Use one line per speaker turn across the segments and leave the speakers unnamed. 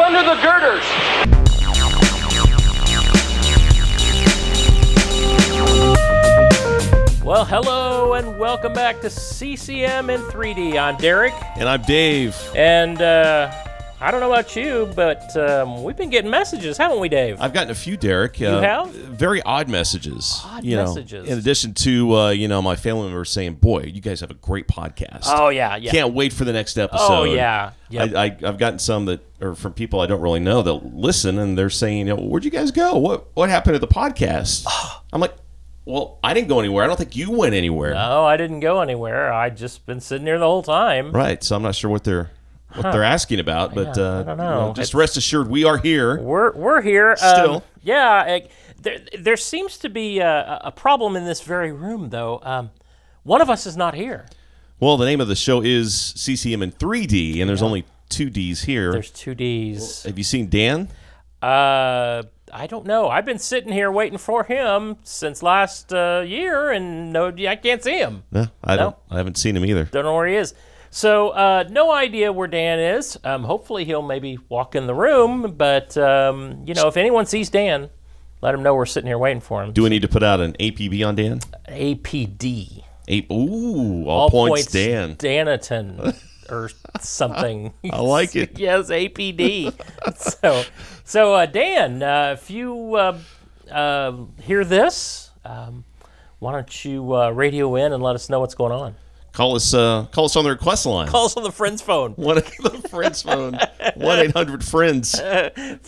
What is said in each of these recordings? under the girders.
Well, hello and welcome back to CCM in 3D. I'm Derek,
And I'm Dave.
and uh, I don't know about you, but um, we've been getting messages, haven't we, Dave?
I've gotten a few, Derek. You
have?
Very odd messages.
Odd
you know,
messages.
In addition to, uh, you know, my family members saying, boy, you guys have a great podcast.
Oh yeah, yeah.
Can't wait for the next episode.
Oh, yeah. Yep.
I, I, I've gotten some that are from people I don't really know that listen and they're saying, you know, where'd you guys go? What, what happened to the podcast? I'm like, well, I didn't go anywhere. I don't think you went anywhere.
Oh, I didn't go anywhere. I just been sitting here the whole time.
Right. So I'm not sure what they're. What they're asking about, but
Yeah,
uh,
I don't
you
know.
just rest assured, we are here.
We're we're here. Um,
Still.
yeah. I- there, there seems to be a, a problem in this very room, though. Um, one of us is not here.
Well, the name of the show is CCM in 3D, and there's only two D's here.
There's two D's.
Have you seen Dan?
Uh, I don't know. I've been sitting here waiting for him since last uh, year, and no, I can't see him.
No, I don't. I haven't seen him either.
Don't know where he is. So, uh, no idea where Dan is. Um, hopefully, he'll maybe walk in the room. But um, you know, if anyone sees Dan, let him know we're sitting here waiting for him.
Do we need to put out an APB on Dan?
APD.
A- Ooh, all, points, Dan.
Danaton or something.
I like it.
yes, APD. so, so uh, Dan, uh, if you uh, uh, hear this, um, why don't you uh, radio in and let us know what's going on?
Call us. Uh, call us on the request line.
Call us on the friend's phone.
one of the friends phone. One eight hundred friends.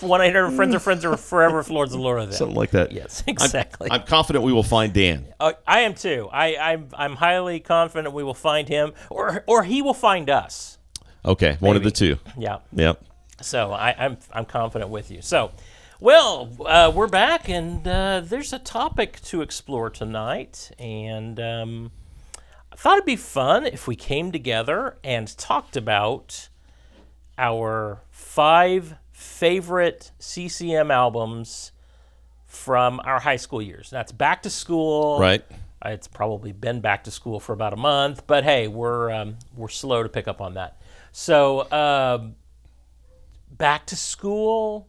One eight hundred friends or friends are forever lords of Laura. Then.
Something like that.
yes,
I'm-
exactly.
I'm, confident we will find Dan.
Uh, I am too. I, I'm I'm highly confident we will find him, or or he will find us.
Okay, one of the two.
Yeah.
Yep.
So I, I'm I'm confident with you. So, well, uh, we're back, and uh, there's a topic to explore tonight, and um, I thought it'd be fun if we came together and talked about our five favorite CCM albums from our high school years. That's back to school,
Right.
uh, It's probably been back to school for about a month, but hey, we're um, we're slow to pick up on that. So um back to school,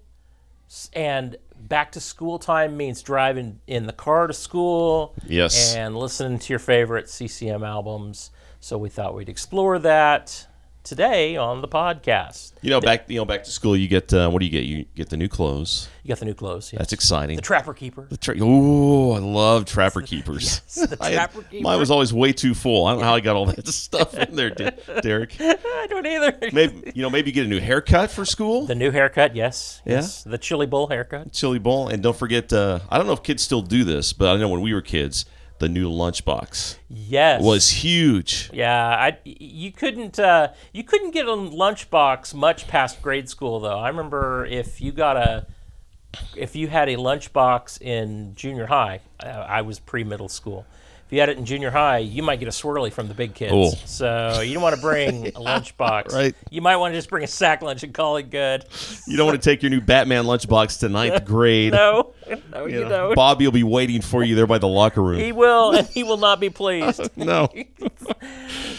s- and back to school time means driving in the car to school.
Yes.
and listening to your favorite CCM albums. So we thought we'd explore that today on the podcast.
You know, back you know back to school, you get uh, what do you get? You get the new clothes.
You got the new clothes, yeah.
That's exciting.
Trapper Keeper.
Tra- Ooh, I love Trapper Keepers.
the
I had-
Trapper
Mine was always way too full. I don't know how I got all that stuff in there, De- Derek.
I don't either.
Maybe you know, maybe you get a new haircut for school,
The new haircut, yes.
Yeah.
Yes. The Chili Bowl haircut.
chili bowl, and don't forget. Uh, I don't know if kids still do this, but I know when we were kids, the new lunchbox
Yes.
was huge.
Yeah, I you couldn't uh, you couldn't get a lunchbox much past grade school though. I remember if you got a if you had a lunchbox in junior high, uh, I was pre middle school. If you had it in junior high, you might get a swirly from the big kids.
Oh.
So you don't want to bring a lunchbox.
Right.
You might want to just bring a sack lunch and call it good.
You don't want to take your new Batman lunchbox to ninth grade.
No, no, you,
You know,
don't.
Bobby will be waiting for you there by the locker
He
room.
will, and he will not be pleased.
No,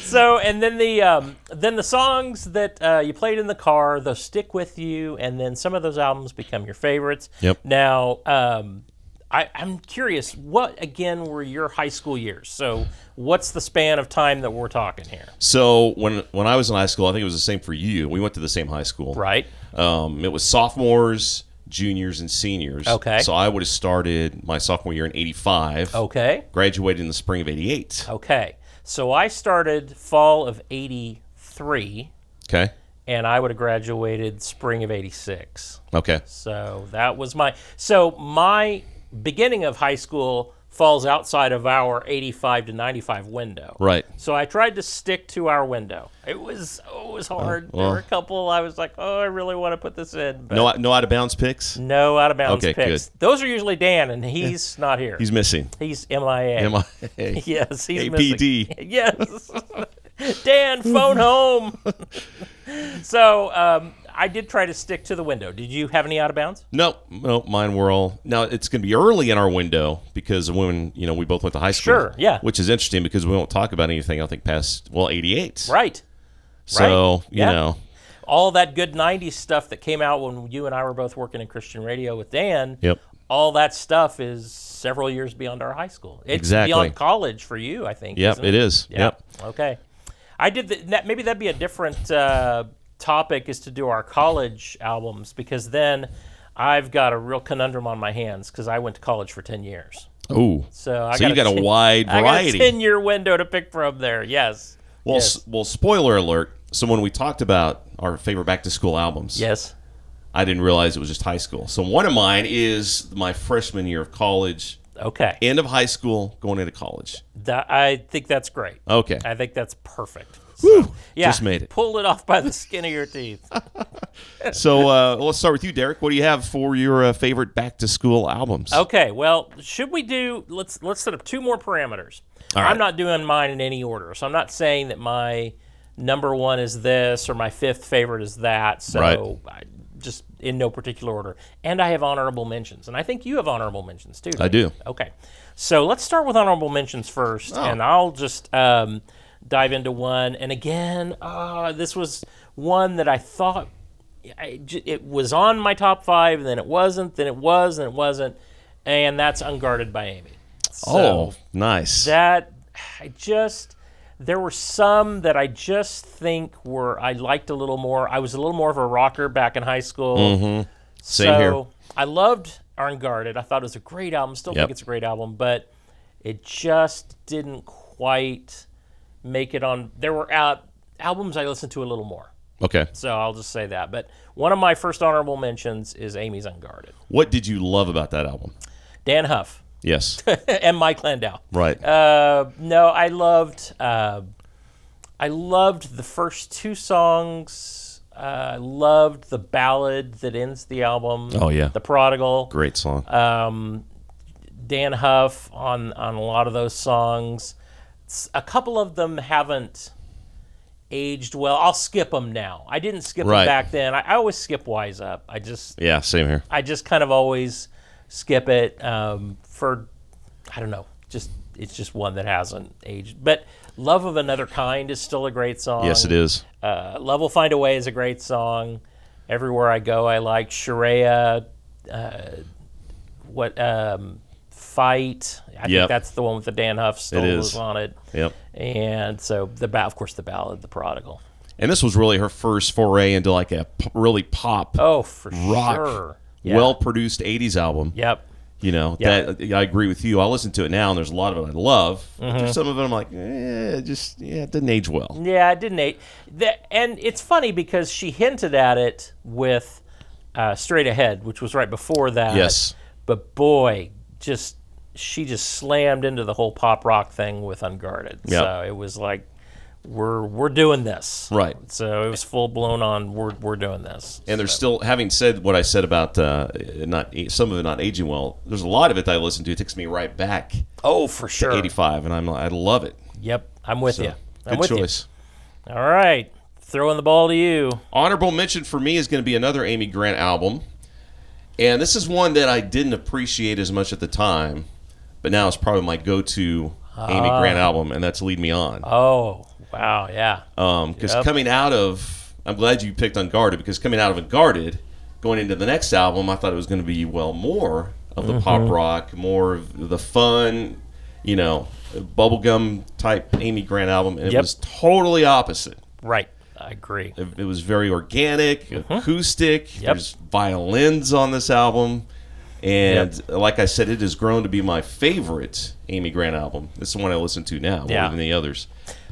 So, and then the um, then the songs that uh, you played in the car, those stick with you, and then some of those albums become your favorites.
Yep.
Now, um, I, I'm curious, what again were your high school years? So, what's the span of time that we're talking here?
So when when I was in high school, I think it was the same for you. We went to the same high school,
Right.
Um, it was sophomores, juniors, and seniors.
Okay. Oh.
So I would have started my sophomore year in '85.
Okay.
Graduated in the spring of
Oh.
'88.
Okay. So I started fall of '83,
Okay.
and I would have graduated spring of '86.
Okay.
So that was my so my beginning of high school falls outside of our 85 to 95 window.
Right.
So I tried to stick to our window. It was oh, it was hard. there were a couple I was like, "Oh, I really want to put this in." But no,
No, no out of bounds picks.
out of bounds
Okay,
picks. Those are usually Dan and he's not here.
He's missing.
he's MIA.
Am I?
Yes, he's
APD.
missing. Yes, Dan, phone home. so um, I did try to stick to the window. Did you have any out of bounds?
No, no, mine were all. Now it's going to be early in our window because the women, you know, we both went to high school.
Sure, yeah.
Which is interesting because we won't talk about anything. I think past well, eighty eight.
Right.
So you
yeah.
know,
all that good 90s stuff that came out when you and I were both working in Christian radio with Dan.
Yep.
All that stuff is several years beyond our high school. It's
Exactly.
beyond college for you, I think.
Yep,
isn't
it is.
Yeah.
Yep.
Okay. I did the, that. Maybe that'd be a different uh, topic is to do our college albums because then I've got a real conundrum on my hands because I went to college for 10 years.
Oh,
So I
so you
got
got a
ten-
wide
I got a
variety.
10 year window to pick from there. Yes.
Well,
yes.
s- well, spoiler alert. So when we talked about our favorite back to school albums,
yes.
I didn't realize it was just high school. So one of mine is my freshman year of college,
Okay.
end of high school, going into college.
That, I think that's great.
Okay,
I think that's perfect.
Whew,
Yeah.
just made it.
Pull it off by the skin of your teeth.
So uh, let's start with you, Derek. What do you have for your uh, favorite back to school albums?
Okay, well, should we do? Let's let's set up two more parameters.
All right.
I'm not doing mine in any order, so I'm not saying that my number one is this or my fifth favorite is that. So
Right.
I, just in no particular order. And I have honorable mentions, and I think you have honorable mentions too.
I do. Oh.
Okay, so let's start with honorable mentions first, and I'll just um, dive into one. And again, uh, this was one that I thought I j it was on my top five, then it wasn't, then it was, and it wasn't, and that's unguarded by Amy. So
oh, nice.
that I just there were some that I just think were I liked a little more. I was a little more of a rocker back in high school.
Mm-hmm.
so
Same here.
I loved Unguarded. I thought it was a great album. Still
Yep.
think it's a great album, but it just didn't quite make it on. There were out albums I listened to a little more.
Okay.
So I'll just say that. But one of my first honorable mentions is Amy's Unguarded.
What did you love about that album?
Dan Huff
Yes.
and Mike Landau.
Right.
Uh, no, I loved. Uh, I loved the first two songs. Uh, I loved the ballad that ends the album.
Oh, yeah.
the Prodigal.
Great song.
Um, Dan Huff on on a lot of those songs. S- A couple of them haven't aged well. I'll skip them now. I didn't skip
Right.
them back then. I, I always skip Wise Up. I just
yeah. Same here.
I just kind of always skip it um, for I don't know. Just it's just one that hasn't aged. But Love of Another Kind is still a great song.
Yes, it is.
Uh, Love Will Find a Way is a great song. Everywhere I Go, I like Sharia. Uh, what um, fight? I
Yep.
think that's the one with the Dan Huff
is.
solos on it.
Yep.
And so the ba- of course the ballad, the prodigal.
And this was really her first foray into like a p- really pop,
Oh, for
rock,
sure. Yeah.
well produced '80s album.
Yep.
You know,
Yeah.
that I agree with you. I listen to it now, and there's a lot of it I love. But
Mm-hmm.
there's some of it I'm like, eh, just yeah, it didn't age well.
Yeah, it didn't age. The, and it's funny because she hinted at it with uh, Straight Ahead, which was right before that.
Yes.
But boy, just she just slammed into the whole pop rock thing with Unguarded.
Yeah.
So it was like we're we're doing this.
Right.
So it was full blown on we're we're doing this.
And there's still, having said what I said about uh, not some of it not aging well, there's a lot of it that I listen to. It takes me right back
Oh, for sure.
to '85, and I'm like, I love it.
Yep, I'm with you. I'm
Good
with
choice.
you. All right. Throwing the ball to you.
Honorable mention for me is going to be another Amy Grant album. And this is one that I didn't appreciate as much at the time, but now it's probably my go to Amy
Ah.
Grant album, and that's Lead Me On.
Oh, wow. Yeah.
Because Um, coming out of, I'm glad you picked Unguarded, because coming out of Unguarded, going into the next album, I thought it was going to be, well, more of the pop rock, more of the fun, you know, bubblegum type Amy Grant album, and it
Yep.
was totally opposite.
right. I agree.
It, it was very organic, acoustic.
Uh-huh. Yep.
There's violins on this album. And like I said, it has grown to be my favorite Amy Grant album. It's the one I listen to now
Yeah.
more than the others.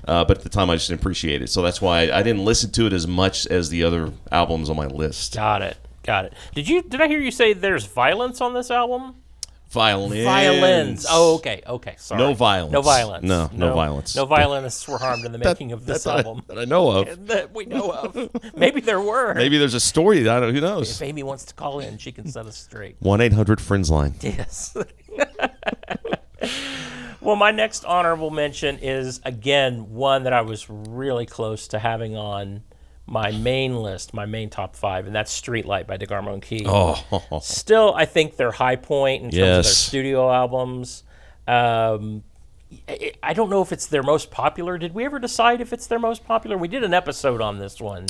Uh, but at the time, I just didn't appreciate it. So that's why I didn't listen to it as much as the other albums on my list.
Got it. Got it. Did you did I hear you say there's violence on this album?
Violins.
Violins. Oh, okay. Okay. Sorry.
No violence.
No violence.
No, no violence.
No violenists were harmed in the making of this
That's all I-
album
that I know of.
that we know of. Maybe there were.
Maybe there's a story. that I don't, who
If
knows?
Amy wants to call in, she can set us straight.
1 800 Friends Line.
Yes. well, my next honorable mention is again one that I was really close to having on my main list, my main top five, and that's Streetlight by DeGarmo and Key.
Oh,
still I think their high point in terms of
Yes.
their studio albums. Um, I- I don't know if it's their most popular. Did we ever decide if it's their most popular? We did an episode on this one.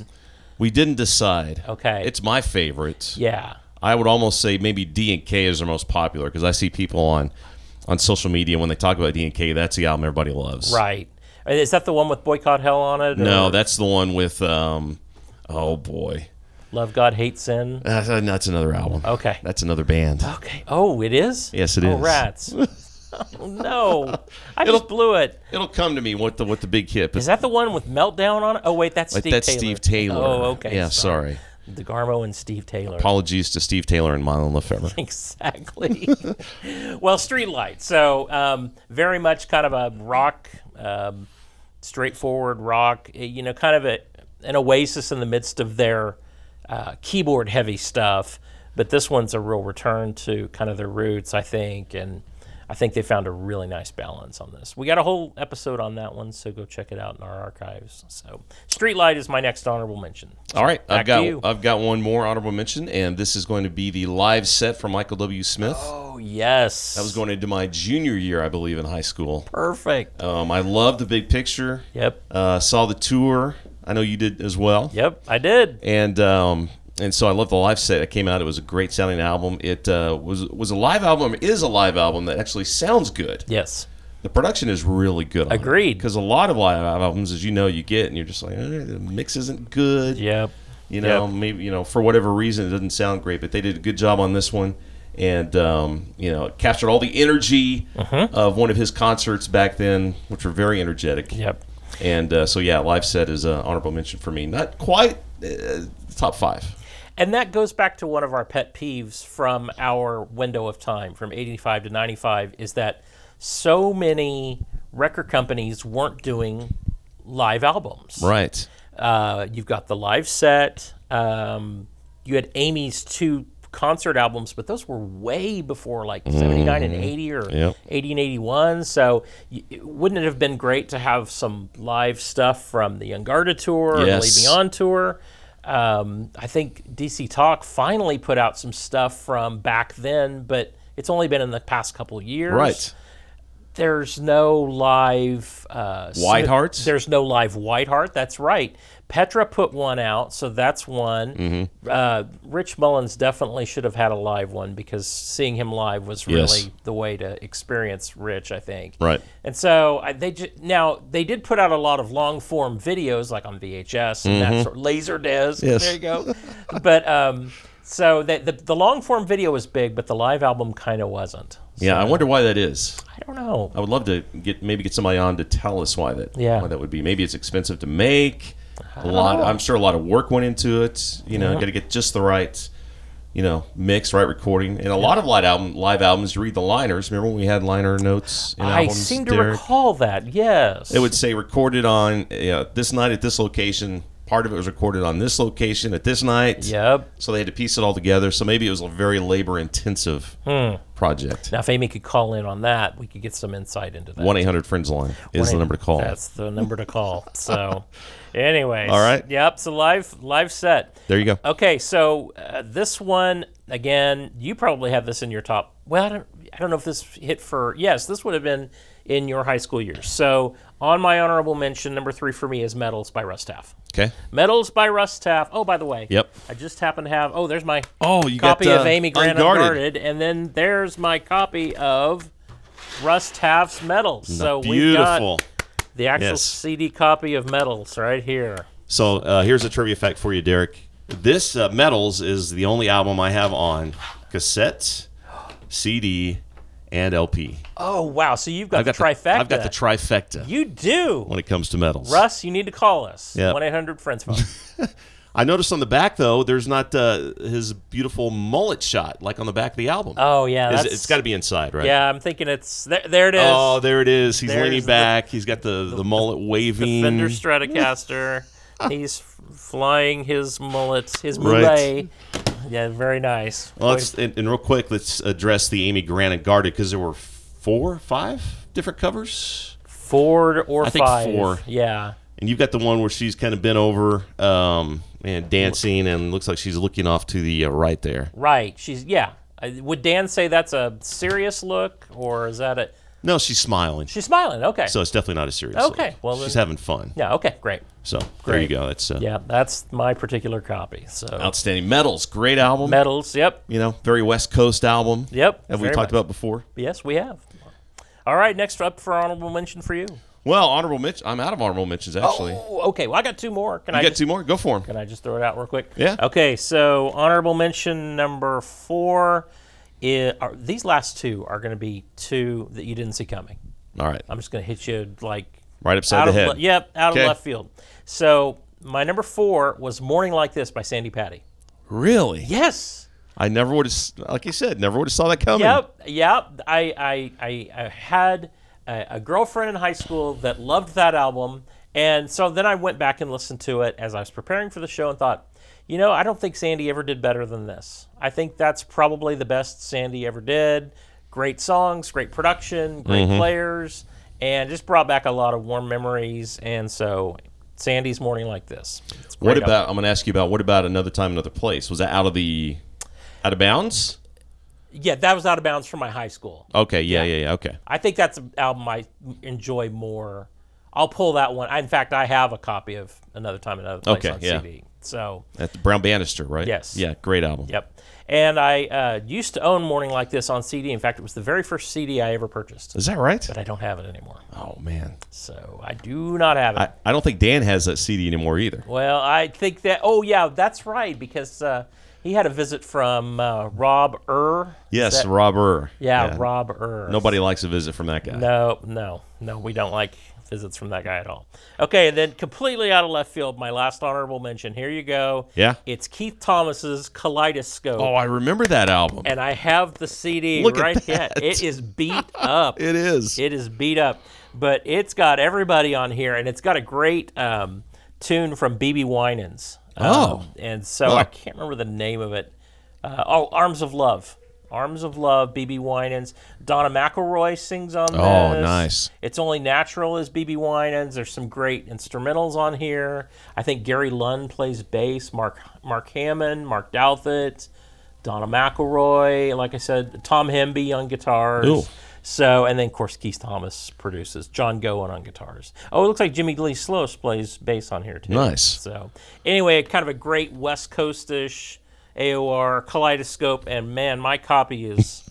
We didn't decide.
Okay.
It's my favorite.
yeah.
I would almost say maybe D and K is their most popular because I see people on on social media when they talk about D and K, that's the album everybody loves.
Right. Is that the one with boycott hell on it?
No,
or
that's the one with um, oh boy,
love God hate sin.
that's, uh, that's another album.
Okay.
that's another band.
Okay. Oh, it is.
Yes, it
oh,
is.
Rats. oh no, I
It'll-
just blew it.
It'll come to me what the what the big hit.
Is that the one with meltdown on it? Oh wait, that's
like
Steve
that's
Taylor.
Steve Taylor.
Oh, okay.
Yeah,
sorry.
sorry.
DeGarmo and Steve Taylor.
Apologies to Steve Taylor and Marlon Lefevre.
exactly. well, Streetlight. So um, very much kind of a rock, um, straightforward rock. eh, You know, kind of a, an oasis in the midst of their uh, keyboard heavy stuff. But this one's a real return to kind of their roots, I think, and I think they found a really nice balance on this. We got a whole episode on that one, so go check it out in our archives. So, Streetlight is my next honorable mention.
All right,
Back
I've
to
got
you.
I've got one more honorable mention, and this is going to be the live set from Michael W. Smith.
Oh yes,
I was going into my junior year, I believe, in high school.
perfect.
Um, I love the big picture.
Yep.
Uh, saw the tour. I know you did as well.
Yep, I did.
And um, and so I love the live set. It came out. It was a great sounding album. It uh, was was a live album. Is a live album that actually sounds good.
Yes.
The production is really good. On
Agreed.
Because a lot of live albums, as you know, you get and you're just like, eh, the mix isn't good.
Yep.
You know, maybe you know for whatever reason it doesn't sound great, but they did a good job on this one, and um, you know it captured all the energy of one of his concerts back then, which were very energetic.
Yep.
And uh, so yeah, live set is an honorable mention for me. Not quite uh, top five.
And that goes back to one of our pet peeves from our window of time from 85 to 95 is that so many record companies weren't doing live albums.
Right.
Uh, you've got the live set. Um, you had Amy's two concert albums, but those were way before like 79 and 80 or
Mm-hmm. Yep.
80 and 81. So y wouldn't it have been great to have some live stuff from the Ungarda tour or the
Yes.
Leave Me On tour? Um, I think DC Talk finally put out some stuff from back then, but it's only been in the past couple of years
Right.
there's no live uh,
White
Sno-
Hearts?
There's no live White Heart. That's right. Petra put one out, so that's one.
Mm-hmm.
Uh, Rich Mullins definitely should have had a live one because seeing him live was really
Yes.
the way to experience Rich, I think.
Right.
And so I, they ju- now they did put out a lot of long form videos like on VHS and that sort laser disc.
Mm-hmm. Yes.
There you go. but um, so the, the the long form video was big, but the live album kind of wasn't.
Yeah, I wonder why that is.
I don't know.
I would love to get maybe get somebody on to tell us why that
Yeah.
why that would be. Maybe it's expensive to make. A lot. I'm sure a lot of work went into it. You know, got to get just the right, you know, mix, right recording, and a lot of live album live albums. You read the liners. Remember when we had liner notes? In
I
albums,
seem to
Derek?
recall that. Yes.
It would say recorded on uh, this night at this location. Part of it was recorded on this location at this night.
Yep.
So they had to piece it all together. So maybe it was a very labor intensive
Hmm.
project.
Now, if Amy could call in on that, we could get some insight into that.
One eight hundred friends line is the number to call.
That's the number to call. so, anyways.
All right.
Yep. So live, live set.
There you go.
Okay. So uh, this one again. You probably have this in your top. Well, I don't. I don't know if this hit for. Yes, this would have been in your high school years. So on my honorable mention, number three for me is Metals by Rustaf.
Okay.
Medals by Russ Taff. Oh, by the way.
Yep.
I just happen to have. Oh, there's my
Oh, you
copy
got,
of
uh,
Amy Grant
Unguarded.
Unguarded. and then there's my copy of Russ Taff's Medals. So we've
Beautiful.
got the actual
Yes.
CD copy of Medals right here.
So uh, here's a trivia fact for you, Derek. This uh, Metals is the only album I have on cassette, CD, and LP.
Oh wow! So you've got,
I've got
the trifecta.
The, I've got the trifecta
you do,
when it comes to metals.
Russ. You need to call us.
Yeah.
One eight hundred Friends phone.
I noticed on the back though, there's not uh, his beautiful mullet shot like on the back of the album.
Oh yeah,
Is it-
that's,
it's got to be inside, right?
Yeah, I'm thinking it's there. There it is.
Oh, there it is. He's
There's
leaning
the-
back. He's got the, the, mullet waving.
Fender
mm.
Stratocaster. He's f- flying his mullet, his
Right.
mullet. Yeah, very nice.
Well, let's, and, and real quick, let's address the Amy Grant and Guarded because there were four, five different covers,
Four or
I think
five.
four.
Yeah.
and you've got the one where she's kind of bent over um, and dancing, and looks like she's looking off to the uh, right there.
Right. She's yeah. I- Would Dan say that's a serious look, or is that a?
No, she's smiling.
She's smiling. Okay.
So it's definitely not a serious.
Okay,
look.
well,
she's
then-
having fun.
yeah. Okay. Great.
So there
Great.
you go. That's uh,
Yeah, that's my particular copy. So
Outstanding Metals, great album.
medals. Yep.
you know, very West Coast album.
Yep,
Have we
very
talked
much.
about before?
Yes, we have. All right. Next up for honorable mention for you.
Well, honorable mention. I'm out of honorable mentions actually.
Oh, okay. Well, I got two more. Can
you
I
got
just,
two more? Go for them.
Can I just throw it out real quick?
Yeah.
Okay. So honorable mention number four. Is, are, these last two are going to be two that you didn't see coming.
All right.
I'm just going to hit you like
Right upside
out
the
of
head.
le- yep, out
Okay.
of left field. So my number four was "Morning Like This" by Sandy Patty.
Really?
Yes.
I never would have, like you said, never would have saw that coming.
Yep. Yep. I I I, I had a, a girlfriend in high school that loved that album, and so then I went back and listened to it as I was preparing for the show and thought. You know, I don't think Sandy ever did better than this. I think that's probably the best Sandy ever did. Great songs, great production, great
Mm-hmm.
players, and just brought back a lot of warm memories. And so, Sandy's morning like this. It's a
What
great album.
about? I'm going to ask you about. What about another time, another place? Was that out of the, out of bounds?
Yeah, that was out of bounds for my high school.
Okay. Yeah. Yeah. Yeah. Okay.
I think that's an album I enjoy more. I'll pull that one. I, in fact, I have a copy of Another Time, Another Place
Okay,
on
yeah.
CD. So,
At the Brown Bannister, right?
Yes.
Yeah. Great album.
yep. And I uh, used to own Morning Like This on CD. In fact, it was the very first CD I ever purchased,
Is that right?
but I don't have it anymore.
Oh man.
So I do not have it.
I, I don't think Dan has that CD anymore either.
well, I think that. Oh yeah, that's right because uh, he had a visit from uh, Rob Err.
Yes, Rob Err.
Yeah, Rob Err.
Nobody likes a visit from that guy.
No, no, no. We don't like visits from that guy at all. Okay, and then completely out of left field, my last honorable mention. Here you go.
Yeah.
It's Keith Thomas's Kaleidoscope.
Oh, I remember that album.
And I have the CD
Look at
right here.
that.
It is beat up.
It is.
It is beat up, but it's got everybody on here, and it's got a great um, tune from BB Winans. Um,
Oh.
and so
Well, I-
I can't remember the name of it. Uh, oh, Arms of Love. Arms of Love, BB Winans. Donna McElroy sings on
Oh,
this.
nice.
It's Only Natural is BB Winans. There's some great instrumentals on here. I think Gary Lund plays bass, Mark Mark Hammond, Mark Douthat, Donna McElroy, like I said, Tom Hemby on guitars.
Ooh.
So, and then of course Keith Thomas produces, John Gowen on guitars. Oh, it looks like Jimmy Lee Sloas plays bass on here too.
Nice.
So, anyway, kind of a great West Coastish AOR kaleidoscope, and man, my copy is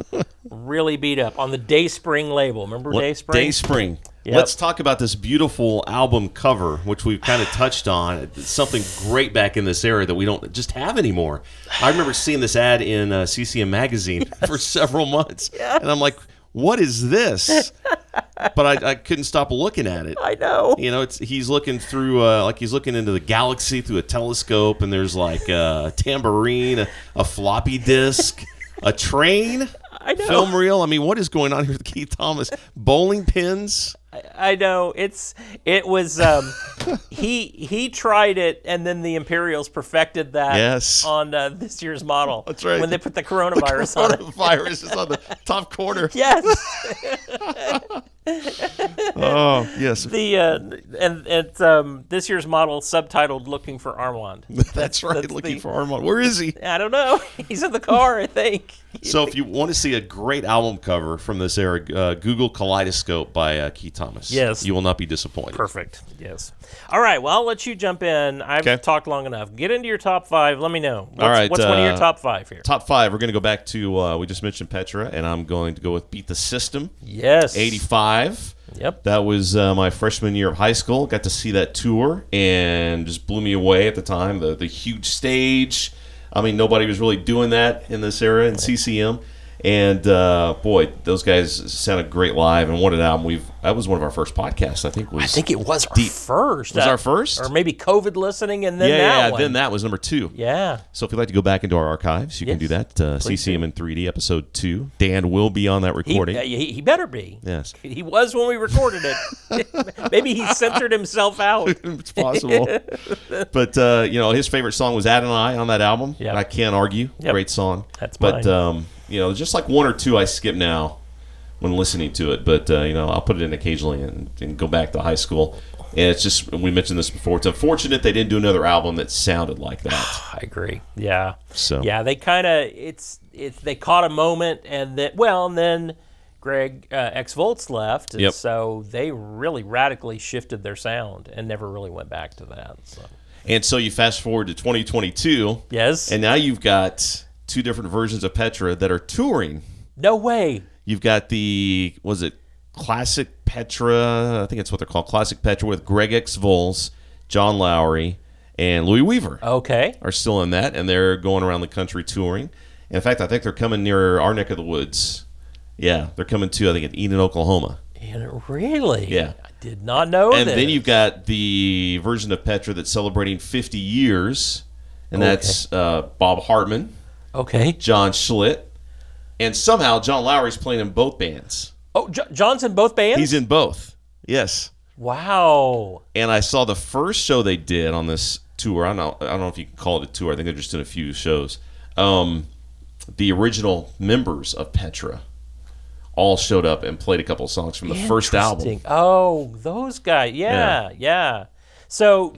really beat up on the Dayspring label. Remember
What-
Dayspring?
Dayspring. Let's talk about this beautiful album cover, which we've kind of touched on. It's something great back in this era that we don't just have anymore. I remember seeing this ad in uh, CCM magazine for several months, and I'm like, "What is this?" but I, I couldn't stop looking at it.
I know.
You know, it's he's looking through uh, like he's looking into the galaxy through a telescope, and there's like a tambourine, a, a floppy disk, a train,
I know.
film reel. I mean, what is going on here with Keith Thomas? Bowling pins.
I know it's it was um, he he tried it and then the Imperials perfected that
Yes.
on uh, this year's model. That's
right.
When they put the coronavirus on it.
Virus is on the top corner.
Yes.
Oh yes,
The uh, and it's um, this year's model subtitled "Looking for Armand."
that's right. Looking
the-
for Armand. Where is he?
I don't know. He's in the car, I think.
So if you want to see a great album cover from this era, uh, Google Kaleidoscope by uh, Keith Thomas.
Yes.
You will not be disappointed.
Perfect. Yes. All right. Well, I'll let you jump in. I've
Okay.
talked long enough. Get into your top five. Let me know. What's,
right,
What's one of your
uh,
top five here?
Top five. We're going to go back to uh, we just mentioned Petra, and I'm going to go with Beat the System.
yes.
85.
Yep.
That was uh, my freshman year of high school. Got to see that tour and just blew me away at the time. The, the huge stage. I mean, nobody was really doing that in this era in CCM. And uh, boy, those guys sounded great live. And what an album! We've that was one of our first podcasts. I think was
I think it was our first.
was
Uh,
our first.
Or maybe COVID listening and then
yeah,
that
yeah.
one.
Then that was number two.
Yeah.
So if you'd like to go back into our archives, you can do
Yes.
that. Uh, CCM in 3D episode two. Dan will be on that
He,
recording.
uh, he, he better be.
yes,
He was when we recorded it. maybe he censored himself out.
it's possible. but uh, you know, his favorite song was Adonai on that album.
Yep.
I can't argue.
Yep.
Great song.
That's
but
mine.
um, you know, just like one or two I skip now when listening to it. But uh, you know, I'll put it in occasionally and, and go back to high school. And it's just we mentioned this before. It's unfortunate they didn't do another album that sounded like that.
I agree. Yeah.
So.
yeah, they kind of it's it's they caught a moment and then well and then Greg uh, X Volts left, and
Yep.
so they really radically shifted their sound and never really went back to that. So
And so you fast forward to 2022,
yes,
and now you've got two different versions of Petra that are touring.
no way.
You've got the was it classic Petra? I think it's what they're called, classic Petra with Greg X Vols, John Lowry, and Louis Weaver
Oh. Okay,
are still in that, and they're going around the country touring. In fact, I think they're coming near our neck of the woods. Yeah, they're coming to I think at Eden, Oklahoma.
and really,
Yeah.
I did not know.
and then
this.
you've got the version of Petra that's celebrating 50 years, and that's uh, Bob Hartman,
okay.
John Schlitt, and somehow John Lowry's playing in both bands.
Oh, jo- John's in both bands.
He's in both. Yes.
wow.
And I saw the first show they did on this tour. I don't know, I don't know if you can call it a tour. I think they're just doing a few shows. Um, the original members of Petra all showed up and played a couple of songs from the first album.
Interesting. Oh, those guys. Yeah, yeah. So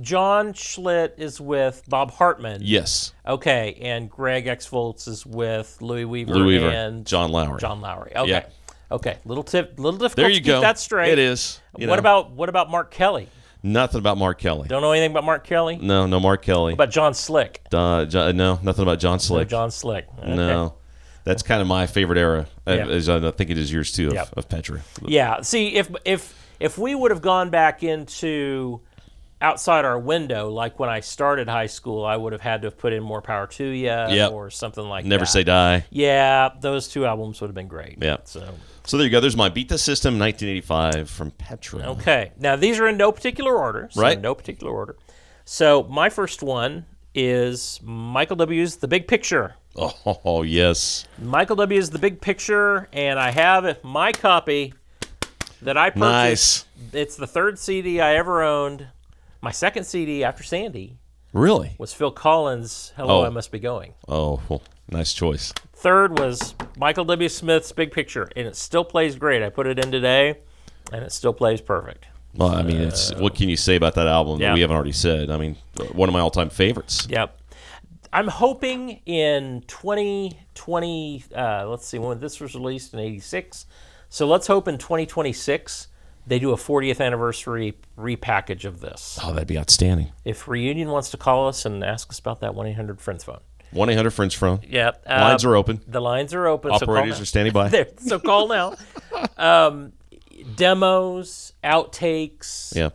John Schlitt is with Bob Hartman.
Yes.
Okay, and Greg Exvolts is with Louis Weaver
Louis Weaver,
and
John Lowry.
John Lowry. Okay.
Yeah.
Okay. Little tip little difficult
there you
to
go.
keep that straight.
It is. you
what
know.
about what about Mark Kelly?
Nothing about Mark Kelly.
Don't know anything about Mark Kelly?
No, no Mark Kelly.
About John Slick.
Uh, Jo- no, nothing about John Slick.
John Slick. Okay.
No. That's kind of my favorite era. uh,
Yeah.
As I think it is yours too of,
Yep.
of Petra.
Yeah. See, if if if we would have gone back into outside our window, like when I started high school, I would have had to have put in more power to you
Yep.
or something like
Never
that.
say die.
Yeah, those two albums would have been great.
Yeah.
So
So there you go. There's my Beat the System 1985 from Petra.
okay, now these are in no particular order. So
Right.
No particular order. So my first one is Michael W.'s "The Big Picture."
Oh, oh, yes.
Michael W.'s "The Big Picture," and I have my copy that I purchased.
Nice.
It's the third CD I ever owned. My second CD after Sandy
Really?
was Phil Collins' "Hello,
Oh.
I Must Be Going."
Oh, well, nice choice.
Third was Michael W. Smith's Big Picture, and it still plays great. I put it in today, and it still plays perfect.
Well, I mean, it's what can you say about that album
Uh, yeah.
that we haven't already said? I mean, one of my all-time favorites.
Yep. I'm hoping in 2020, uh, let's see, when this was released in 86. So let's hope in 2026 they do a 40th anniversary repackage of this.
Oh, that'd be outstanding.
If Reunion wants to call us and ask us about that 1 800 Friends phone.
1-800 Friends From.
Yep. uh,
Lines are open.
The lines are open. so call
Operators
now.
are standing by.
there. So call now. um, demos, outtakes,
Yeah.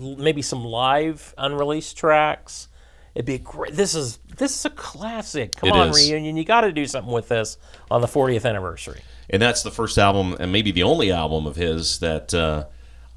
l- maybe some live unreleased tracks. It'd be great. This is this is a classic. Come
It
on,
is.
reunion. You got to do something with this on the 40th anniversary.
and that's the first album and maybe the only album of his that uh,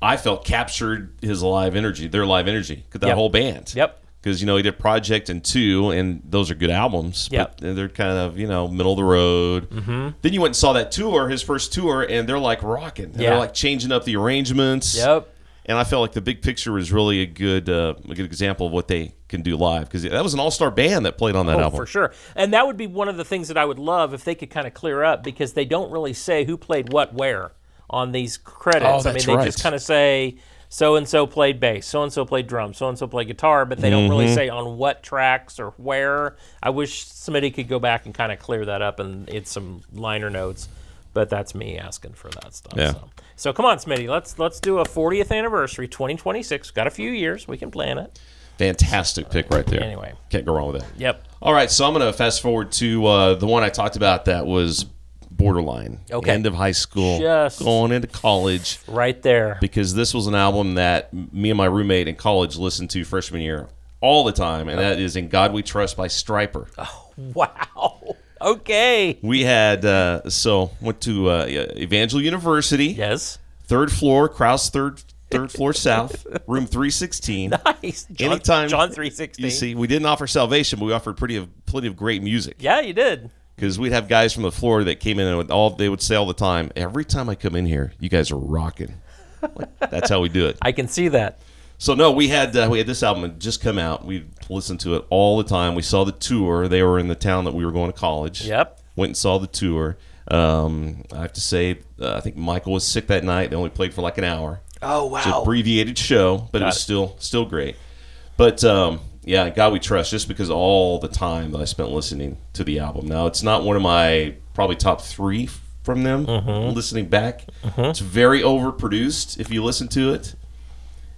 I felt captured his live energy, their live energy, 'cause that
Yep.
whole band.
Yep.
Because you know he did Project and Two, and those are good albums.
Yep.
But they're kind of you know middle of the road. Mm-hmm. Then you went and saw that tour, his first tour, and they're like rocking. And
Yeah.
They're like changing up the arrangements.
Yep.
And I felt like the big picture was really a good uh, a good example of what they can do live because that was an all star band that played on that
Oh,
album.
for sure. And that would be one of the things that I would love if they could kind of clear up because they don't really say who played what where on these credits.
Oh,
I mean,
that's
they
right.
just kind of say so and so played bass, so and so played drums, so and so played guitar, but they don't
Mm-hmm.
really say on what tracks or where. I wish somebody could go back and kind of clear that up and it's some liner notes. But that's me asking for that stuff.
Yeah.
So. so come on, Smitty. Let's let's do a 40th anniversary, 2026. Got a few years. We can plan it.
Fantastic pick right there.
Anyway.
can't go wrong with that.
Yep.
All right, so I'm going to fast forward to uh, the one I talked about that was borderline.
Okay.
End of high school,
Just-
going into college,
Right there.
because this was an album that m- me and my roommate in college listened to freshman year all the time, and that is In God We Trust by Striper.
Wow. Okay.
We had, uh, so went to uh, Evangel University,
Yes.
third floor, Krause third, third floor south, room 316.
Nice. John,
Anytime
John three sixteen.
You see, we didn't offer salvation, but we offered pretty of, plenty of great music.
Yeah, you did.
because we'd have guys from the floor that came in and would all they would say all the time. Every time I come in here, you guys are rocking. Like, that's how we do it.
I can see that.
So no, we had uh, we had this album had just come out. We listened to it all the time. We saw the tour. They were in the town that we were going to college.
Yep.
Went and saw the tour. Um, I have to say, uh, I think Michael was sick that night. They only played for like an hour.
Oh
It's an abbreviated show, but it was
it.
still still great. But um, yeah, God We Trust, just because all the time that I spent listening to the album. Now it's not one of my probably top three f- from them
Mm-hmm.
listening back. It's very overproduced if you listen to it.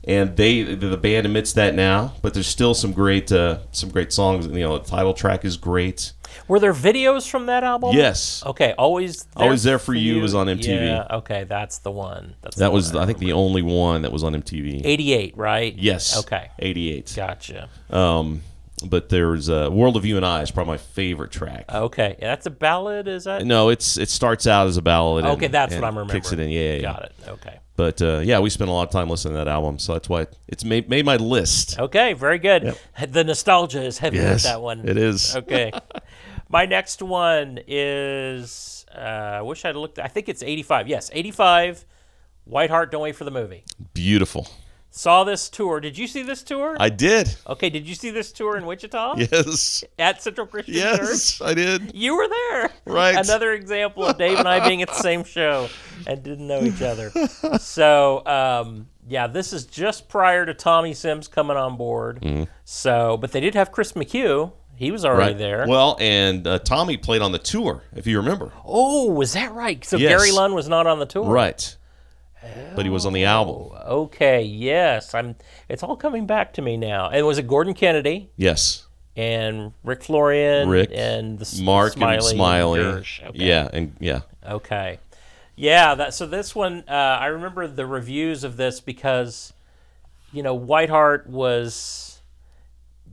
And they the the band admits that now, but there's still some great uh, some great songs. You know, the title track is great.
Were there videos from that album?
Yes.
Okay. Always.
Always There For You was on MTV.
Yeah. Okay. That's the one. That's the
That was
one
I think the only one that was on MTV.
88, right?
Yes.
Okay.
88.
Gotcha.
Um, but there's uh, World of You and I is probably my favorite track.
Okay. That's a ballad, is that?
no, it's it starts out as a ballad. and-
okay, that's
and
what I'm remembering.
Kicks it in, yeah, yeah. yeah.
Got it. Okay.
But uh, yeah, we spent a lot of time listening to that album, so that's why it's made, made my list.
Okay, very good. The nostalgia is heavy with
Yes,
that one.
it is.
Okay. My next one is uh, I wish I'd looked I think it's 85. Yes, 85. White Heart Don't Wait for the Movie.
Beautiful.
Saw this tour. Did you see this tour?
I did.
okay, did you see this tour in Wichita
Yes.
at Central Christian Church?
Yes, I did.
You were there.
Right.
Another example of Dave and I being at the same show and didn't know each other. So, um, yeah, this is just prior to Tommy Sims coming on board. So, but they did have Chris McHugh. He was already
Mm-hmm. Right
there.
Well, and uh, Tommy played on the tour, if you remember.
oh, was that right? So
Yes.
Gary Lund was not on the tour.
Right. But he was on the
Oh.
album.
Okay. Yes. I'm. It's all coming back to me now. And was it Gordon Kennedy
Yes.
and Rick Florian?
Rick,
and the S-
Mark
Smiley
and Smiley.
Gersh. Okay.
Yeah, and yeah.
Okay. Yeah, that so this one uh, I remember the reviews of this because you know Whiteheart was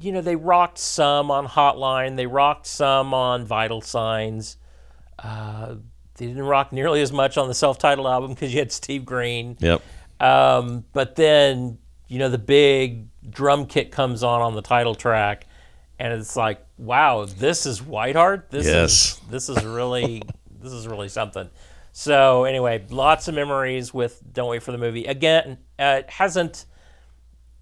you know they rocked some on Hotline, they rocked some on Vital Signs. Uh, they didn't rock nearly as much on the self-titled album because you had Steve Green.
Yep.
Um, but then, you know, the big drum kit comes on on the title track, and it's like, wow, this is Whiteheart. This
Yes.
is this is really this is really something. So anyway, lots of memories with "Don't Wait for the Movie." Again, uh, it hasn't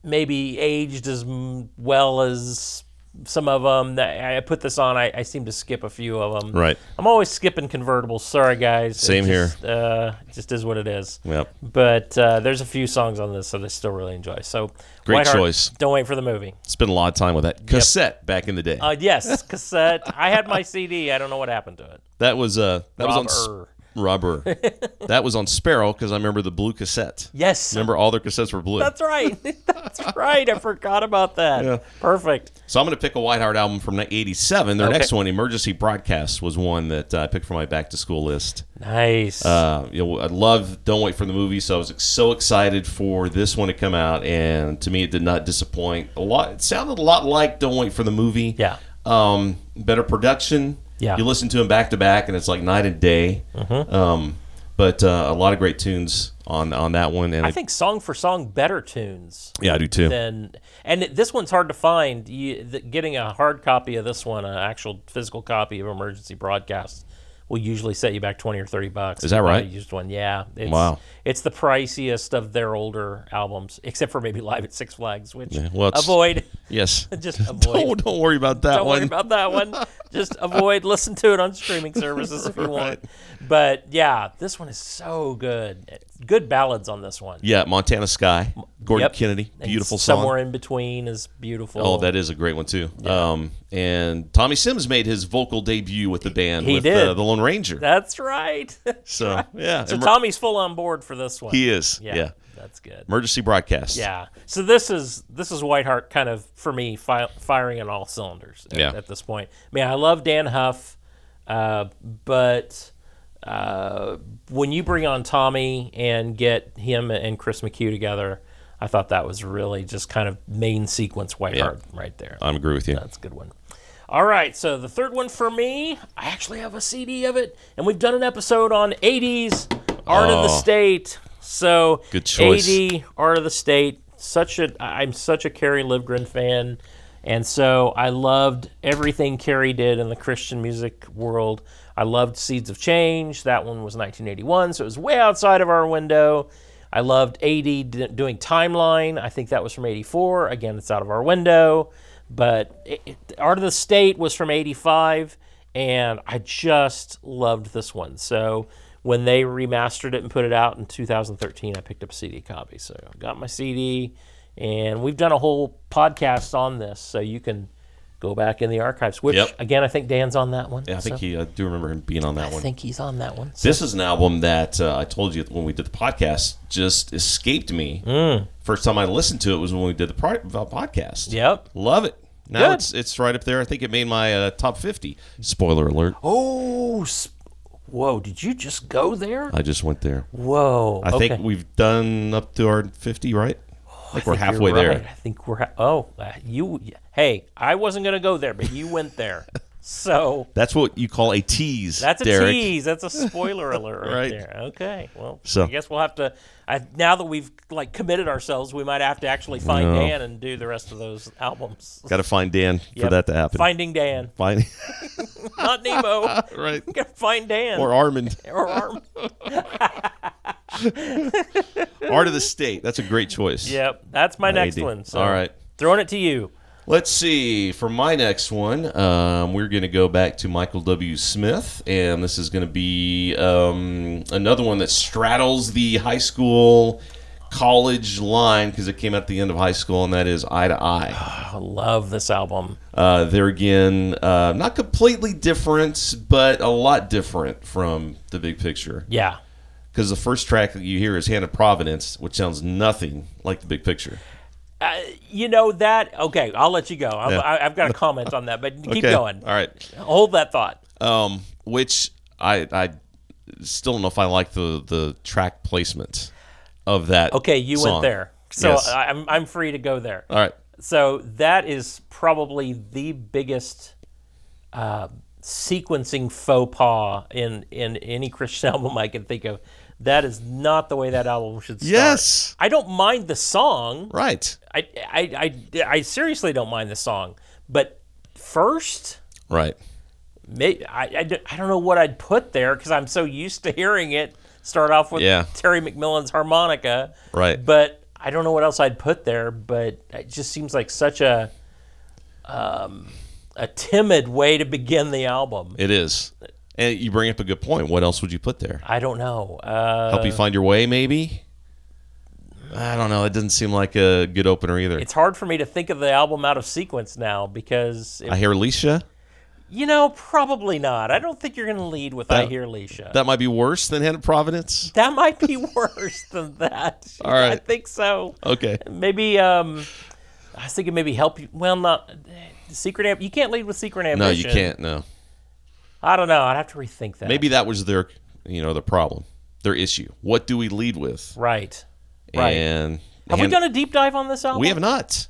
maybe aged as m- well as some of them. I I put this on. I, I seem to skip a few of them.
Right.
I'm always skipping convertibles. Sorry, guys. It
Same here.
just, Uh, it just is what it is.
Yep.
But uh, there's a few songs on this that I still really enjoy. So
Great
Whiteheart,
choice.
Don't wait for the movie.
Spent a lot of time with that cassette back in the day.
Uh, yes, cassette. I had my CD. I don't know what happened to it.
that was uh that
Rob
was on
Err.
Robber. that was on Sparrow because I remember the blue cassette.
Yes.
Remember all their cassettes were blue.
That's right. That's right. I forgot about that. Perfect.
so I'm going to pick a Whiteheart album from 1987. Their
Okay.
next one, Emergency Broadcast, was one that uh, I picked for my back to school list.
Nice.
Uh, you know, I love Don't Wait for the Movie, so I was so excited for this one to come out, and to me, it did not disappoint. A lot, it sounded a lot like Don't Wait for the Movie.
Yeah.
Um, better production.
Yeah. Mm-hmm.
You listen to them back to back, and it's like night and day. Um, but uh, a lot of great tunes on on that one, and
I think song for song, better tunes.
yeah, I do too.
Then and it- this one's hard to find. You, th- getting a hard copy of this one, an actual physical copy of Emergency Broadcast, will usually set you back twenty or thirty bucks.
Is that right?
I used one, yeah. It's,
Wow.
It's the priciest of their older albums, except for maybe Live at Six Flags, which
well, it's-
avoid.
Yes.
Just avoid.
Don't, don't worry about that
Don't
one.
worry about that one. Just avoid. Listen to it on streaming services if you want. But yeah, this one is so good. Good ballads on this one.
yeah, Montana Sky, Gordon
Yep.
Kennedy,
And
beautiful song.
Somewhere in between is beautiful.
Oh, that is a great one too. Um, and Tommy Sims made his vocal debut with the band
he
with
did.
Uh, the Lone Ranger.
That's right.
so yeah,
so
Emer-
Tommy's full on board for this one.
he is. Yeah.
Yeah, that's good.
emergency broadcast.
Yeah. So this is this is Whiteheart kind of for me fi- firing on all cylinders. At,
Yeah.
at this point, I mean, I love Dan Huff, uh, but uh, when you bring on Tommy and get him and Chris McHugh together, I thought that was really just kind of main sequence Whiteheart right there.
I'm agree with you.
That's a good one. All right, so the third one for me, I actually have a CD of it, and we've done an episode on 80s Art of the
Oh.
State. So
Good choice.
80 Art of the State. Such a I- I'm such a Carrie Livgren fan, and so I loved everything Carrie did in the Christian music world. I loved Seeds of Change. That one was 1981, so it was way outside of our window. I loved 80 d- doing Timeline. I think that was from 84. Again, it's out of our window but it, it- Art of the State was from '85, and I just loved this one. So when they remastered it and put it out in 2013, I picked up a CD copy. So I got my CD, and we've done a whole podcast on this, so you can go back in the archives. Which
Yep.
again, I think Dan's on that one.
Yeah, I think
so-
he. I do remember him being on that
I
one.
think he's on that one. So-
This is an album that uh, I told you when we did the podcast just escaped me.
Mm.
First time I listened to it was when we did the pro- uh, podcast.
Yep.
love it. Now
Good.
it's it's right up there. I think it made my uh, top fifty. Spoiler alert!
Oh, s- whoa! Did you just go there?
I just went there.
Whoa!
I
okay. Oh,
think we've done up to our fifty, right? I think we're
think
halfway
you're right. I
there.
think we're. Ha- oh, uh, you. Hey, I wasn't gonna go there, but you went there. So
That's what you call a tease.
that's a
Derek.
tease. That's a spoiler alert right,
Right.
there. Okay. Well,
So-
I guess we'll have to. I, now that we've like committed ourselves, we might have to actually find
No.
Dan and do the rest of those albums.
Got to find Dan for
Yep.
that to happen.
Finding Dan,
Find-
not Nemo.
right
Gotta find Dan
or Armand.
or Arm.
Art of the State. That's a great choice.
Yep, that's my next
Andy.
one. So
All right.
throwing it to you.
Let's see. For my next one, um, we're going to go back to Michael W. Smith, and this is going to be um, another one that straddles the high school college line because it came at the end of high school, and that is Eye to Eye.
I love this album.
Uh, they're again uh, not completely different, but a lot different from the big picture
Yeah.
because the first track that you hear is Hand of Providence, which sounds nothing like the big picture.
Uh, you know that? Okay, I'll let you go. I'm,
Yeah.
I, I've got a comment on that, but keep
Okay.
going.
All right.
Hold that thought.
um, which I I still don't know if I like the the track placement of that.
Okay, you
song.
went there, so
Yes.
I, I'm I'm free to go there.
All right,
So that is probably the biggest uh, sequencing faux pas in in any Christian album I can think of. That is not the way that album should start.
Yes.
I don't mind the song.
right,
I, I, I, I seriously don't mind the song, but first,
right.
may I, I, d- I don't know what I'd put there because I'm so used to hearing it start off with
Yeah.
Terry McMillan's harmonica.
Right.
But I don't know what else I'd put there, but it just seems like such a, um, a timid way to begin the album.
It is, and you bring up a good point. What else would you put there?
I don't know. Uh,
Help you find your way, maybe. I don't know. It doesn't seem like a good opener either.
it's hard for me to think of the album out of sequence now because, it,
I hear Alicia.
you know, probably not. I don't think you're going to lead with I
That-
Hear Leisha.
That might be worse than Hand of Providence.
That might be worse than that.
All right.
I think so.
Okay.
Maybe um, I was thinking maybe help you. Well, not secret. Am- you can't lead with secret ambition.
No, you can't. No.
I don't know. I'd have to rethink that.
Maybe that was their, you know, the problem, their issue. What do we lead with?
Right. Right.
And
have we
Hand-
done a deep dive on this album?
We have not.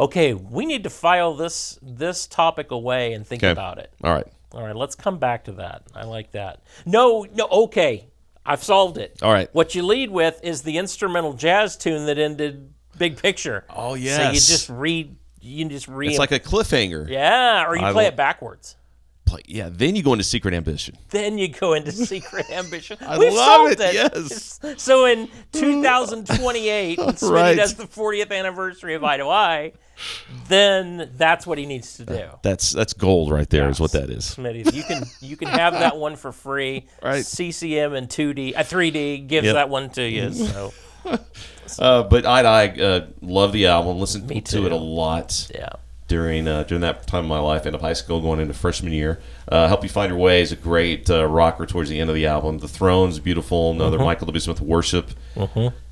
Okay, we need to file this this topic away and think
Okay.
about it.
All right.
All right, let's come back to that. I like that. No, no, okay. I've solved it.
All right.
What you lead with is the instrumental jazz tune that ended Big Picture.
Oh,
So you
yes.
just re you just re
It's like a cliffhanger. Yeah.
Yeah, or you
I
play
will-
it backwards.
yeah. Then you go into Secret Ambition.
Then you go into Secret Ambition. I
love it, yes. Mm.
So in 2028, when Smitty
Right.
does the 40th anniversary of Eye to Eye, then that's what he needs to do.
That's that's gold right there. Is what that is.
Smitty, you can you can have that one for free.
Right.
CCM and 2D, uh, 3D gives
Yep. Mm-hmm.
that one to you. So
Uh, but I I uh, love the album. Listened
Me
to
too.
it a lot
yeah,
during uh, during that time of my life, end of high school, going into freshman year. Uh, Help You Find Your Way is a great uh, rocker towards the end of the album. The Throne's beautiful. Another
Mm-hmm.
Michael W. Smith worship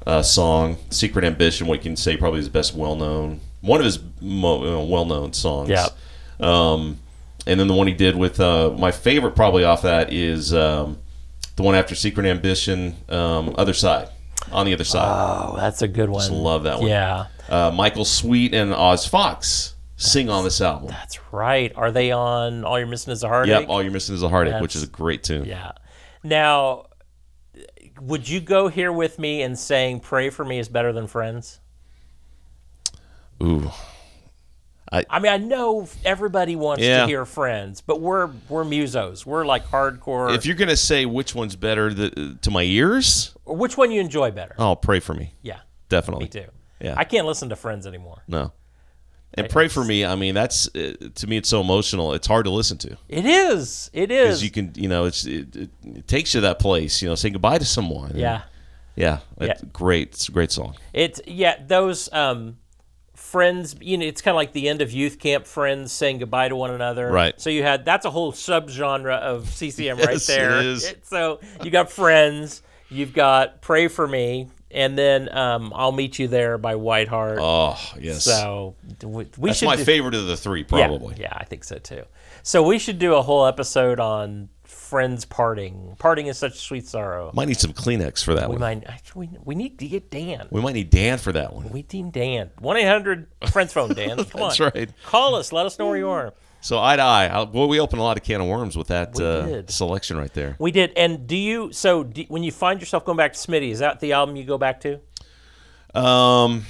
uh, song. Secret Ambition, what you can say probably his best well known, one of his mo- uh, well known songs.
Yeah.
Um, and then the one he did with uh, my favorite probably off that is um, the one after Secret Ambition, um, Other Side. On the other side,
oh, that's a good one.
love that one.
Yeah,
uh, Michael Sweet and Oz Fox sing on this album.
that's right. Are they on All You're Missing Is a Heartache?
Yep, all you're missing is a heartache, which is a
That's-
great tune.
Yeah. Now, would you go here with me and saying "Pray for me" is better than "Friends"?
Ooh,
I mean, I know everybody wants
Yeah.
to hear "Friends," but we're we're musos. We're like hardcore.
if you're gonna say which one's better th- to my ears,
Which one you enjoy better?
oh, pray for me,
yeah,
definitely.
me too.
Yeah.
I can't listen to "Friends" anymore.
No, and pray for me. I mean, that's uh, to me, it's so emotional. It's hard to listen to
It is. It
because
is.
you can, you know, it's it, it, it takes you to that place. You know, saying goodbye to someone.
yeah.
yeah, it's
Yeah.
great. It's a great song.
It's yeah. Those um, friends. You know, it's kind of like the end of youth camp. Friends saying goodbye to one another.
Right.
So you had that's a whole subgenre of CCM right
Yes,
there.
it is.
so you got friends. You've got pray for me, and then um, I'll meet you there by Whiteheart.
Oh yes,
so we, we
that's
should
my
do-
favorite of the three,
yeah,
probably.
Yeah, I think so too. So we should do a whole episode on friends parting. Parting is such sweet sorrow.
Might need some Kleenex for that
We
one.
might actually we, we need to get Dan.
we might need Dan for that one.
We team Dan. One eight hundred friends phone Dan. Come
That's
on.
right.
Call us. Let us know where you are.
So eye to eye. I- Well, we opened a lot of can of worms with that
We
uh,
did.
selection right there.
We did. And do you? So do, when you find yourself going back to Smitty, is that the album you go back to?
Um,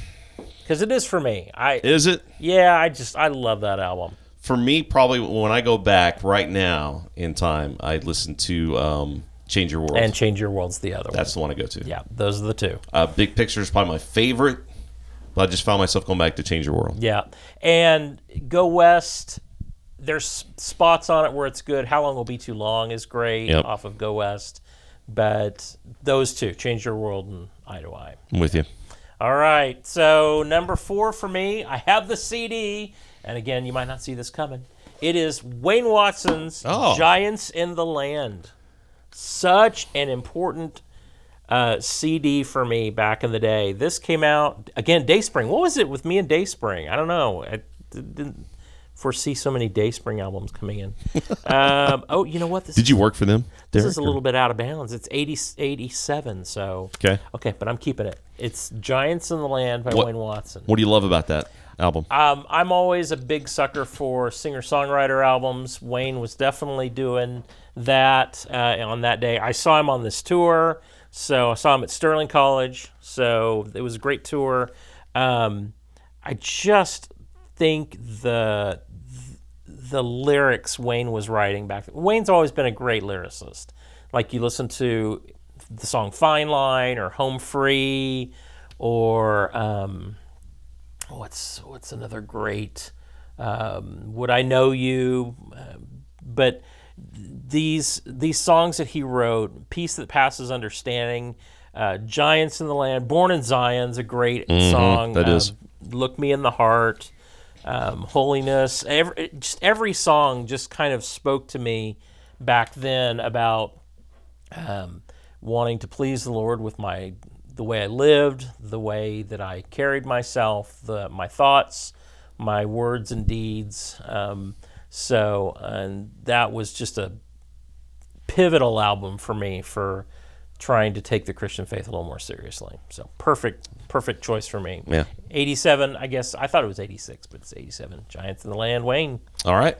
Because it is for me. I
is it
yeah. I just I love that album.
for me? Probably when I go back right now in time, I listen to um, Change Your World.
And Change Your World's the other one.
That's the one I go to.
Yeah, those are the two.
Uh, Big Picture is probably my favorite, but I just found myself going back to Change Your World.
Yeah, and Go West. There's spots on it where it's good. How long will be too long is great
Yep.
off of Go West, but those two, Change Your World and Eye to Eye.
I'm with you.
All right, so number four for me, I have the CD, and again, you might not see this coming. It is Wayne Watson's
Oh.
Giants in the Land. Such an important uh, CD for me back in the day. This came out again, Dayspring. What was it with me and Dayspring? I don't know. I d- didn't foresee so many Dayspring albums coming in. um, oh, you know what? This
Did you work for them?
this
Derek,
is a
or-
little bit out of bounds. It's 80, 87, so.
Okay.
Okay, but I'm keeping it. It's Giants in the Land by
What-
Wayne Watson.
What do you love about that album?
Um, I'm always a big sucker for singer songwriter albums. Wayne was definitely doing that uh, on that day. I saw him on this tour, so I saw him at Sterling College. So it was a great tour. Um, I just think the the lyrics Wayne was writing back. Wayne's always been a great lyricist. Like you listen to the song "Fine Line" or "Home Free," or um, what's what's another great um, would i know you Uh, but these these songs that he wrote peace that passes understanding uh, giants in the land born in zion's a great song
Mm-hmm. that
um,
is.
look me in the heart um, holiness every, it- just every song just kind of spoke to me back then about um, wanting to please the Lord with my the way I lived, the way that I carried myself, the my thoughts, my words and deeds. Um, so, and that was just a pivotal album for me for trying to take the Christian faith a little more seriously. So, perfect, perfect choice for me.
Yeah.
87, I guess. I thought it was 86, but it's 87. Giants in the Land, Wayne.
All right.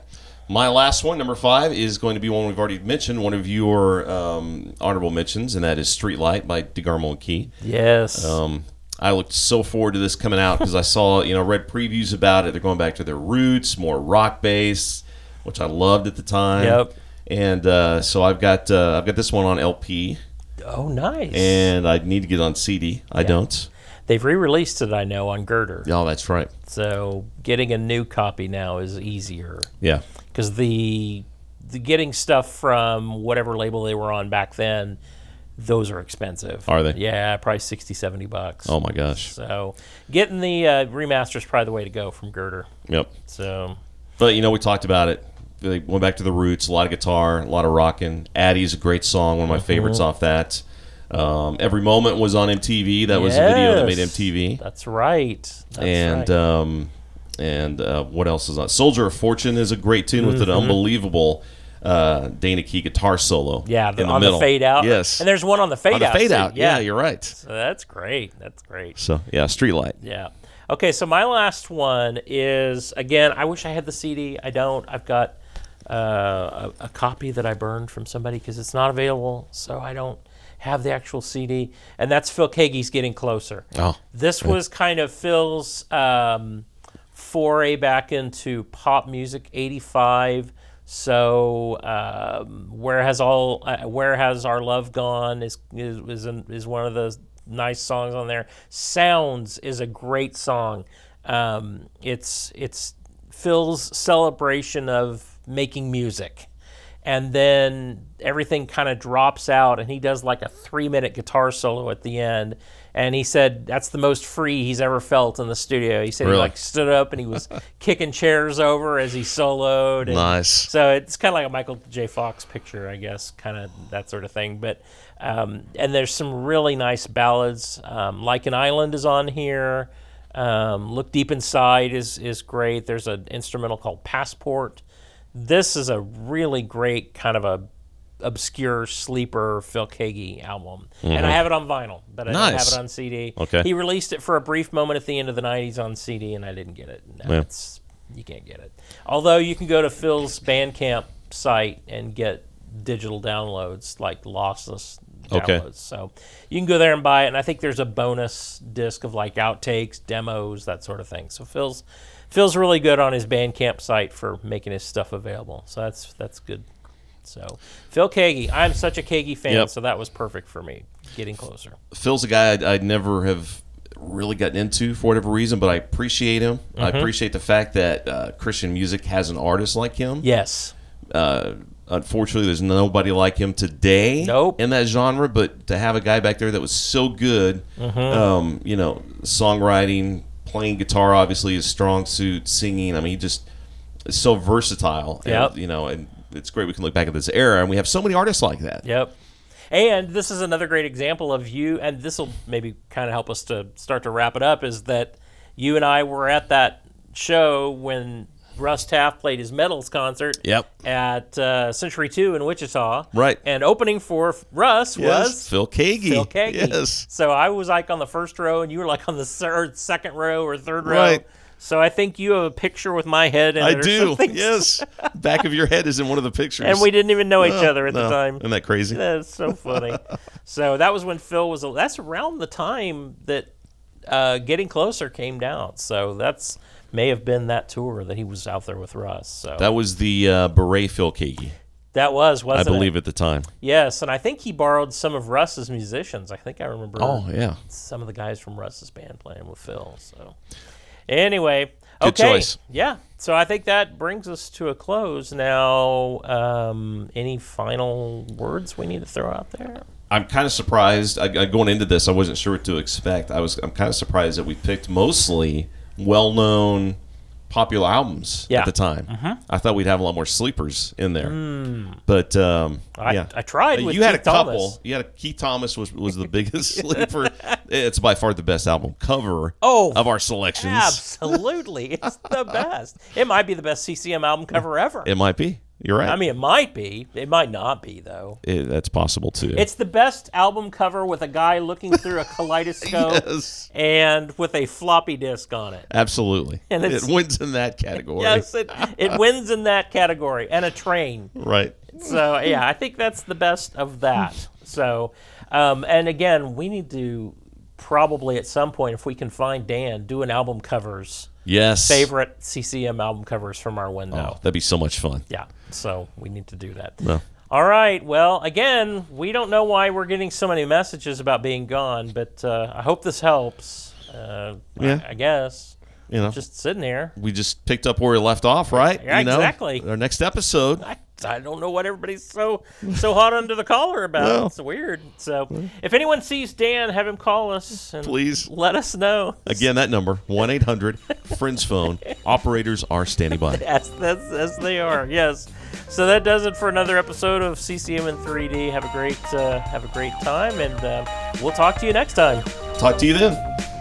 My last one, number five, is going to be one we've already mentioned, one of your um, honorable mentions, and that is Streetlight by DeGarmo and Key.
Yes.
Um, I looked so forward to this coming out because I saw, you know, read previews about it. They're going back to their roots, more rock bass, which I loved at the time.
Yep.
And uh, so I've got uh, I've got this one on LP,
oh, nice.
and I need to get it on CD. I don't.
They've re-released it, I know, on Girder.
Oh, that's right.
So getting a new copy now is easier
Yeah.
because the the getting stuff from whatever label they were on back then, those are expensive.
Are they?
Yeah, probably 60, 70 bucks.
Oh my gosh.
So getting the uh, remaster is probably the way to go from Girder.
Yep.
So
But you know, we talked about it. They went back to the roots. A lot of guitar, a lot of rocking. Addie's a great song. One of my favorites
Mm-hmm.
off that. Um, Every moment was on MTV. That was a video that made
Yes.
MTV.
that's right. That's
and
right.
um, and uh, what else is on? Soldier of Fortune is a great tune with an
Mm-hmm.
unbelievable uh, Dana Key guitar solo.
yeah, the,
uh, in the
on
middle.
the fade out.
Yes,
and there's one on the fade
on the
out.
fade
too.
out. Yeah. you're right.
So that's great. That's great.
So yeah, Streetlight.
Yeah. Okay, so my last one is again. I wish I had the CD. I don't. I've got uh, a, a copy that I burned from somebody because it's not available, so I don't have the actual CD. And that's Phil Kagey's "Getting Closer."
Oh.
This was kind of Phil's um, foray back into pop music '85. So, um, where has all uh, where has our love gone is is is, an, is one of those nice songs on there. Sounds is a great song. Um, it's it's Phil's celebration of making music and then everything kind of drops out and he does like a three minute guitar solo at the end and he said that's the most free he's ever felt in the studio. He said
Really?
he like stood up and he was kicking chairs over as he soloed. And
Nice.
So it's kind of like a Michael J. Fox picture, I guess, kind of that sort of thing. But um, and there's some really nice ballads. Um, like an Island is on here. Um, Look Deep Inside is is great. There's an instrumental called Passport. This is a really great kind of a obscure sleeper Phil Kagi album, and I have it on vinyl, but I don't have
Nice.
it on CD.
Okay.
he released it for a brief moment at the end of the '90s on CD, and I didn't get it. No,
Yeah.
it's- you can't get it. Although you can go to Phil's Bandcamp site and get digital downloads, like lossless downloads.
Okay.
So you can go there and buy it. And I think there's a bonus disc of like outtakes, demos, that sort of thing. So Phil's Phil's really good on his Bandcamp site for making his stuff available. So that's that's good. So Phil Kagi, I'm such a Kagi fan,
Yep.
so that was perfect for me. Getting closer.
Phil's a guy I'd, I'd never have really gotten into for whatever reason, but I appreciate him. I
Mm-hmm.
appreciate the fact that uh, Christian music has an artist like him.
Yes.
Uh, unfortunately, there's nobody like him today
Nope.
in that genre, but to have a guy back there that was so good,
Mm-hmm.
um, you know, songwriting, playing guitar, obviously, his strong suit, singing. I mean, he just is so versatile. and,
Yep.
you know, and it's great we can look back at this era and we have so many artists like that.
Yep. And this is another great example of you, and this will maybe kind of help us to start to wrap it up. Is that you and I were at that show when Russ Taff played his Metals concert
Yep.
at uh, Century 2 in Wichita.
Right.
And opening for Russ was
Phil Kagi.
Phil Kagi.
Yes.
So I was like on the first row, and you were like on the third, second row or third row.
Right.
So I think you have a picture with my head. And
I
there's
do.
some things-
Yes. Back of your head is in one of the pictures.
And we didn't even know each other at the
No.
time.
Isn't that crazy?
That's so funny. so that was when Phil was. That's around the time that uh, Getting Closer came down. So that's may have been that tour that he was out there with Russ. So
That
that,
was the uh, beret Phil Kagi,
was
I
wasn't
believe,
it?
at the time.
Yes, and I think he borrowed some of Russ's musicians. I think I remember.
Oh, yeah.
some of the guys from Russ's band playing with Phil. So anyway,
Good
okay,
choice.
yeah. So I think that brings us to a close. Now, um, any final words we need to throw out there?
I'm kind of surprised. I, I, going into this, I wasn't sure what to expect. I was. I'm kind of surprised that we picked mostly well-known, popular albums
Yeah. Mm-hmm.
at the time. I thought we'd have a lot more sleepers in there, but um,
Hmm. I,
yeah.
I tried. With
you had
Keith
a couple.
Thomas.
You had a Keith Thomas was was the biggest sleeper. It's by far the best album cover
Oh,
of our selections.
Absolutely, it's the best. It might be the best CCM album cover ever.
It might be. You're right.
I mean, it might be. It might not be though.
It- that's possible too.
It's the best album cover with a guy looking through a kaleidoscope
yes,
and with a floppy disk on it.
absolutely.
And
it
it's-
wins in that category.
Yes, it, it wins in that category and a train.
Right.
So yeah, I think that's the best of that. So, um, and again, we need to probably at some point, if we can find Dan, do an album covers
Yes.
favorite CCM album covers from our window.
Oh, that'd be so much fun.
Yeah, so we need to do that.
Well.
All right. Well, again, we don't know why we're getting so many messages about being gone, but uh, I hope this helps. Uh, I-
Yeah.
I, guess.
You know,
Just sitting here.
we just picked up where we left off, right?
Yeah,
You know,
exactly.
Our next episode.
I, I don't know what everybody's so so hot under the collar about.
Well.
It's weird. So, if anyone sees Dan, have him call us and
Please.
let us know.
Again, that number, 1 800 Friends Phone. Operators are standing by.
Yes, that's as they are. Yes. So that does it for another episode of CCM in 3D. Have a great uh, have a great time, and uh, we'll talk to you next time.
Talk to you then.